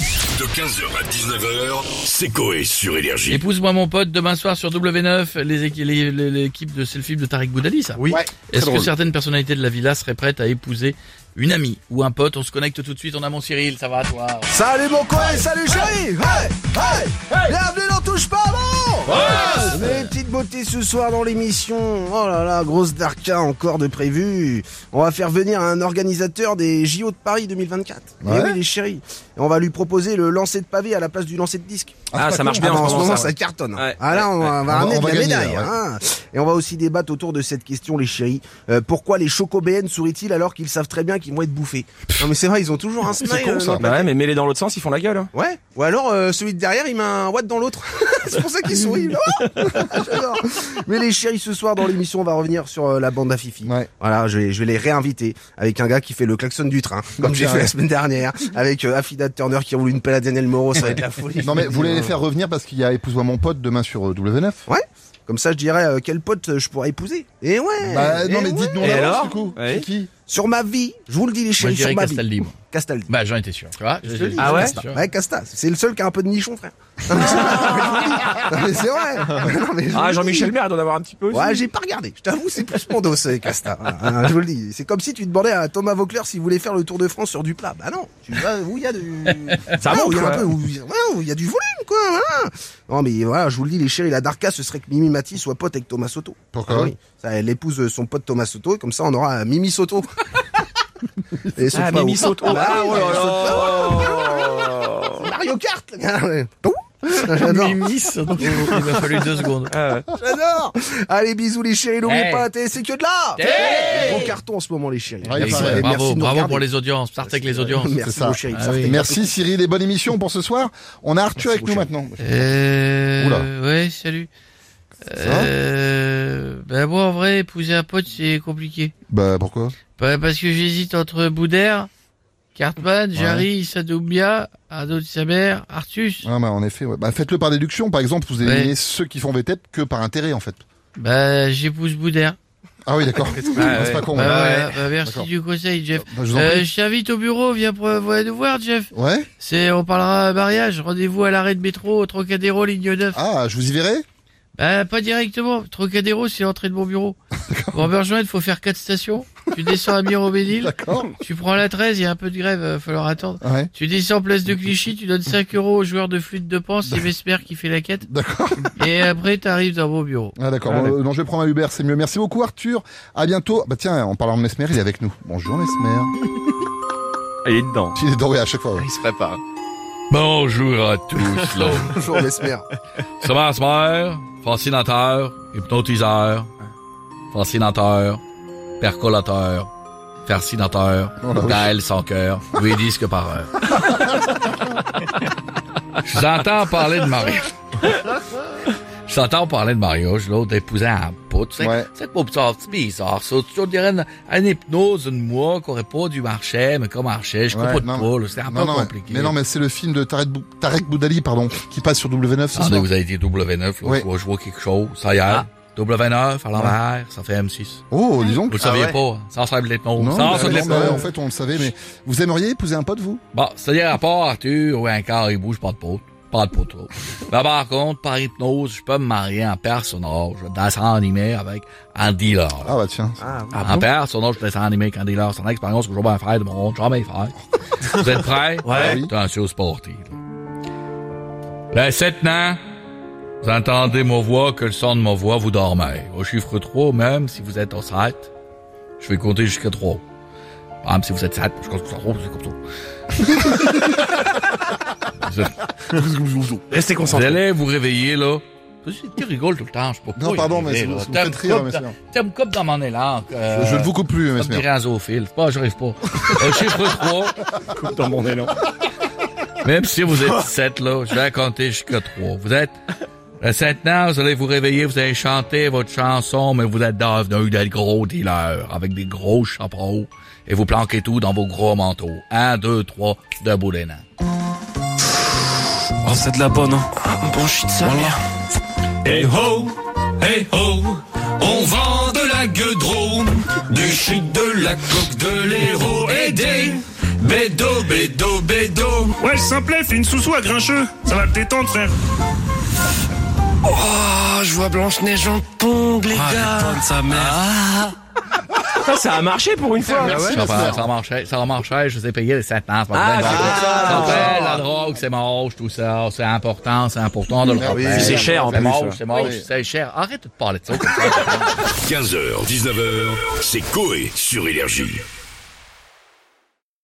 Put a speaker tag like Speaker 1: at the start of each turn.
Speaker 1: De 15h à 19h, c'est Coé sur Énergie.
Speaker 2: Épouse-moi mon pote, demain soir sur W9, les équi- les- les- l'équipe de c'est le film de Tariq Boudali, ça.
Speaker 3: Oui.
Speaker 2: Est-ce que
Speaker 3: drôle.
Speaker 2: certaines personnalités de la villa seraient prêtes à épouser une amie ou un pote On se connecte tout de suite, on a mon Cyril, ça va toi
Speaker 3: Salut mon coin, salut chérie Hey, hey, Bienvenue dans Touche pas bon Mes petites beautés ce soir dans l'émission. Oh là là, grosse darka encore de prévu. On va faire venir un organisateur des JO de Paris 2024. Eh oui les chéris. Et on va lui proposer le lancer de pavé à la place du lancer de disque.
Speaker 4: Ah, ça marche bien
Speaker 3: Ah bah, en ce moment,
Speaker 4: ça,
Speaker 3: ça,
Speaker 4: ouais.
Speaker 3: cartonne.
Speaker 4: Ouais,
Speaker 3: ah là, on va, on va ramener
Speaker 5: on
Speaker 3: de
Speaker 5: va
Speaker 3: la
Speaker 5: gagner,
Speaker 3: médaille.
Speaker 5: là, ouais.
Speaker 3: hein. Et on va aussi débattre autour de cette question, les chéris. Euh, pourquoi les chocobéennes sourient-ils alors qu'ils savent très bien qu'ils vont être bouffés Non mais c'est vrai, ils ont toujours un smile.
Speaker 5: con,
Speaker 3: euh,
Speaker 5: ça.
Speaker 3: dans le
Speaker 4: Bah ouais, mais mets-les dans l'autre sens, ils font la gueule. hein.
Speaker 3: Ouais. Ou alors euh, celui de derrière, il met un watt dans l'autre. c'est pour ça qu'il sourit. Ah, J'adore. Mais les chéris, ce soir dans l'émission, on va revenir sur euh, la bande à Fifi.
Speaker 5: Ouais.
Speaker 3: Voilà, je vais, je vais les réinviter avec un gars qui fait le klaxon du train, comme j'ai fait la semaine dernière, avec euh, Afida Turner qui roule une pelle à Daniel Moreau, ça va être la folie.
Speaker 5: Non mais vous voulez les faire revenir parce qu'il y a épouse-moi mon pote demain sur euh, W9.
Speaker 3: Ouais. Comme ça, je dirais euh, quel pote euh, je pourrais épouser. Et ouais.
Speaker 5: Bah non
Speaker 3: eh
Speaker 5: mais
Speaker 3: ouais.
Speaker 5: dites-nous en
Speaker 4: Et
Speaker 5: avance
Speaker 4: alors
Speaker 5: du coup.
Speaker 4: Ouais.
Speaker 5: C'est qui
Speaker 3: Sur ma vie, je vous le dis les
Speaker 2: Moi je
Speaker 3: chéris,
Speaker 2: dirais
Speaker 3: sur ma vie.
Speaker 2: Castaldi. moi.
Speaker 3: Castaldi.
Speaker 2: Bah j'en étais sûr, tu vois. Je- je-
Speaker 4: Ah ouais
Speaker 2: j'étais sûr.
Speaker 3: Ouais, Bah, Casta. C'est le seul qui a un peu de nichon, frère. Non, mais c'est- non, mais c'est vrai. Non, mais je vous
Speaker 4: Ah,
Speaker 3: le dis.
Speaker 4: Jean-Michel Maire doit en avoir un petit peu aussi.
Speaker 3: Ouais, j'ai pas regardé. Je t'avoue, c'est plus mon dos, ce Casta. Voilà, hein, je vous le dis. C'est comme si tu demandais à Thomas Vauclair s'il voulait faire le Tour de France sur du plat. Bah non. Tu vas où il y a du.
Speaker 4: Ça
Speaker 3: Ah, où
Speaker 4: monte,
Speaker 3: il y a un
Speaker 4: quoi.
Speaker 3: peu- où il y a- ouais, où il y a du volume, quoi. voilà. Non, mais voilà, je vous le dis, les chéris, la Darka, ce serait que Mimi Mati soit pote avec Thomas Soto.
Speaker 5: Pourquoi
Speaker 3: Ah oui. Ça, Elle épouse euh, son pote Thomas Soto, et comme ça, on aura euh, Mimi Soto. Et saute
Speaker 4: Ah,
Speaker 3: pas
Speaker 4: Mimi
Speaker 3: haut.
Speaker 4: saute. Oh,
Speaker 3: Bah,
Speaker 4: oh
Speaker 3: ouais,
Speaker 4: là
Speaker 3: elle saute pas haut.
Speaker 4: là.
Speaker 3: Mario Kart, le gars, ouais. J'adore.
Speaker 2: Miss, donc, il m'a fallu deux secondes.
Speaker 4: Ah ouais.
Speaker 3: J'adore Allez, bisous les chéris, n'oubliez
Speaker 2: Hey.
Speaker 3: pas, t'es- c'est que de là
Speaker 2: Hey.
Speaker 3: Gros carton en ce moment les chéris.
Speaker 5: Ouais,
Speaker 3: Merci,
Speaker 5: il
Speaker 3: merci
Speaker 5: paraît.
Speaker 2: bravo,
Speaker 3: de nous
Speaker 2: bravo
Speaker 3: regarder.
Speaker 2: pour les audiences, partez avec les audiences.
Speaker 5: C'est
Speaker 3: Merci
Speaker 5: ça.
Speaker 3: aux chéris.
Speaker 2: Ah
Speaker 3: ça
Speaker 2: oui.
Speaker 3: fait-
Speaker 5: Merci Cyril et bonne émission pour ce soir. On a Arthur avec nous
Speaker 3: beaucoup,
Speaker 5: maintenant.
Speaker 2: Euh,
Speaker 5: Oula.
Speaker 2: ouais, salut.
Speaker 5: va
Speaker 2: Euh, bah moi en vrai, épouser un pote c'est compliqué.
Speaker 5: Bah pourquoi
Speaker 2: Bah, parce que j'hésite entre Boudère, Cartman, Jarry, Sadoumbia, Arnaud de sa mère, Artus.
Speaker 5: Ah bah en effet. ouais. Bah faites-le par déduction par exemple, vous éliminez
Speaker 2: Ouais.
Speaker 5: ceux qui font VTEP que par intérêt en fait.
Speaker 2: Bah j'épouse Boudère.
Speaker 5: Ah oui d'accord.
Speaker 4: Ah,
Speaker 5: C'est
Speaker 4: ouais.
Speaker 5: pas con.
Speaker 2: bah,
Speaker 5: ouais.
Speaker 2: voilà.
Speaker 4: ouais.
Speaker 2: Bah, merci
Speaker 5: D'accord.
Speaker 2: du conseil Jeff.
Speaker 5: Bah, je vous en
Speaker 2: Euh,
Speaker 5: prie.
Speaker 2: je t'invite au bureau, viens pour, voilà nous voir Jeff.
Speaker 5: Ouais.
Speaker 2: C'est, on parlera mariage, rendez-vous à l'arrêt de métro, au Trocadéro, ligne 9.
Speaker 5: Ah je vous y verrai.
Speaker 2: Bah, pas directement. Trocadéro, c'est l'entrée de mon bureau. Pour me rejoindre, faut faire quatre stations. Tu descends à Mirobénil,
Speaker 5: D'accord.
Speaker 2: tu prends la 13, il y a un peu de grève, va falloir attendre.
Speaker 5: Ah Ouais.
Speaker 2: Tu descends place de Clichy, tu donnes 5 euros au joueur de flûte de pan, c'est Vesper qui fait la quête.
Speaker 5: D'accord.
Speaker 2: Et après, t'arrives dans mon bureau.
Speaker 5: Ah d'accord.
Speaker 4: Allez.
Speaker 5: Bon, euh, non je vais prendre un Uber c'est mieux. Merci beaucoup Arthur. À bientôt. Bah tiens en parlant de Mesmer il est avec nous. Bonjour Mesmer.
Speaker 4: Il est dedans.
Speaker 5: Il est doré à chaque fois. ouais.
Speaker 4: Il se prépare.
Speaker 2: Bonjour à tous, l'homme.
Speaker 3: Bonjour Mesmer.
Speaker 2: C'est Vesper, fascinateur, hypnotiseur, fascinateur, percolateur, fascinateur,
Speaker 5: Oh là oui.
Speaker 2: Gaël sans cœur, 8 disques par heure. J'entends parler de mariage. J'entends parler de mariage, là, d'épouser un pote. C'est
Speaker 5: Ouais.
Speaker 2: c'est pas bizarre, c'est bizarre. Ça, tu vois, on dirait une, une hypnose, une moi, qui aurait pas dû marcher, mais qui a marché. Je
Speaker 5: Ouais,
Speaker 2: comprends
Speaker 5: non,
Speaker 2: pas, là. C'est un
Speaker 5: Non,
Speaker 2: peu
Speaker 5: non, mais-
Speaker 2: compliqué.
Speaker 5: Mais non, mais c'est le film de Tarek, Bou- Tarek Boudali, pardon, qui passe sur W9 ce
Speaker 2: Attendez,
Speaker 5: soir.
Speaker 2: vous avez dit W9, là,
Speaker 5: Oui. Ah.
Speaker 2: je, vois, je vois quelque chose. Ça y est. W9 à l'envers, ça fait M6.
Speaker 5: Oh, dis donc.
Speaker 2: Vous le saviez
Speaker 3: ouais.
Speaker 2: pas, hein. ça ressemble à de l'hypnose.
Speaker 5: Non,
Speaker 2: Ça
Speaker 5: bah,
Speaker 2: ressemble à de
Speaker 5: non, bah,
Speaker 2: l'hypnose.
Speaker 5: en fait, on le savait, mais vous aimeriez épouser un pote, vous
Speaker 2: Bon, c'est-à-dire à part Arthur ou un corps, il bouge pas de pote. Pas de poteau. Mais par contre, par hypnose, je peux me marier en personnage. Je descends animé avec un dealer.
Speaker 5: Ah bah tiens.
Speaker 3: Ah, oui.
Speaker 2: en personnage, je descends animé avec un dealer. C'est une expérience que je vais bien faire de mon monde. Jamais faire. Vous êtes prêts?
Speaker 5: Oui.
Speaker 2: Attention sportif. là. Les Ben, sept nains, vous entendez ma voix, que le son de ma voix vous dormez. Au chiffre 3, même si vous êtes au 7, je vais compter jusqu'à 3. Même si vous êtes 7, je compte jusqu'à 3, c'est comme ça. Vous êtes-
Speaker 4: Restez
Speaker 2: vous
Speaker 4: concentrés.
Speaker 2: allez vous réveiller, là. Tu rigoles tout le temps, je sais pas
Speaker 5: Non,
Speaker 2: pourquoi
Speaker 5: pardon,
Speaker 2: il
Speaker 5: mais
Speaker 2: est
Speaker 5: vous-
Speaker 2: là.
Speaker 5: vous me
Speaker 2: T'as
Speaker 5: faites
Speaker 2: me
Speaker 5: rire,
Speaker 2: coupe
Speaker 5: monsieur.
Speaker 2: dans- T'as me coupe dans mon élan. euh,
Speaker 5: Je ne vous coupe plus,
Speaker 2: Comme
Speaker 5: Mesmer.
Speaker 2: dirait un zoophile. Pas, j'arrive pas. Euh, Au chiffre 3,
Speaker 4: Coupe dans mon élan.
Speaker 2: Même si vous êtes 7, là, je vais compter jusqu'à 3. Vous êtes à 7 ans, vous allez vous réveiller, vous allez chanter votre chanson, mais vous êtes devenu des gros dealers avec des gros chapeaux et vous planquez tout dans vos gros manteaux. 1, 2, 3, debout les nains.
Speaker 6: Oh, c'est de la bonne, hein. Bon, shit, sa mère.
Speaker 1: Hey ho, hey ho, on vend de la gueudron, du shit, de la coque, de l'héros et des
Speaker 7: Bédo, bédo, bédo.
Speaker 8: Ouais, s'il te plaît, fais une sous-sous à grincheux. Ça va te détendre, frère.
Speaker 9: Oh, je vois Blanche-Neige en tombe, les gars. sa mère.
Speaker 4: Ça, ça a marché pour une
Speaker 3: Ah,
Speaker 4: fois.
Speaker 5: Merci,
Speaker 2: Ah Ça,
Speaker 5: Jasper.
Speaker 2: va- ça marchait, ça marchait, je vous ai payé les 7 ans. c'est pas
Speaker 4: Ah,
Speaker 2: vrai.
Speaker 4: c'est pour ça.
Speaker 2: Ça fait, la drogue, c'est moche, tout ça, c'est important, c'est important de le
Speaker 5: Ah oui,
Speaker 2: rappeler.
Speaker 4: c'est cher, en
Speaker 2: C'est
Speaker 4: plus.
Speaker 2: moche, c'est moche, c'est cher. Arrête de te parler de ça.
Speaker 1: 15h, 19h, c'est Coé sur Énergie.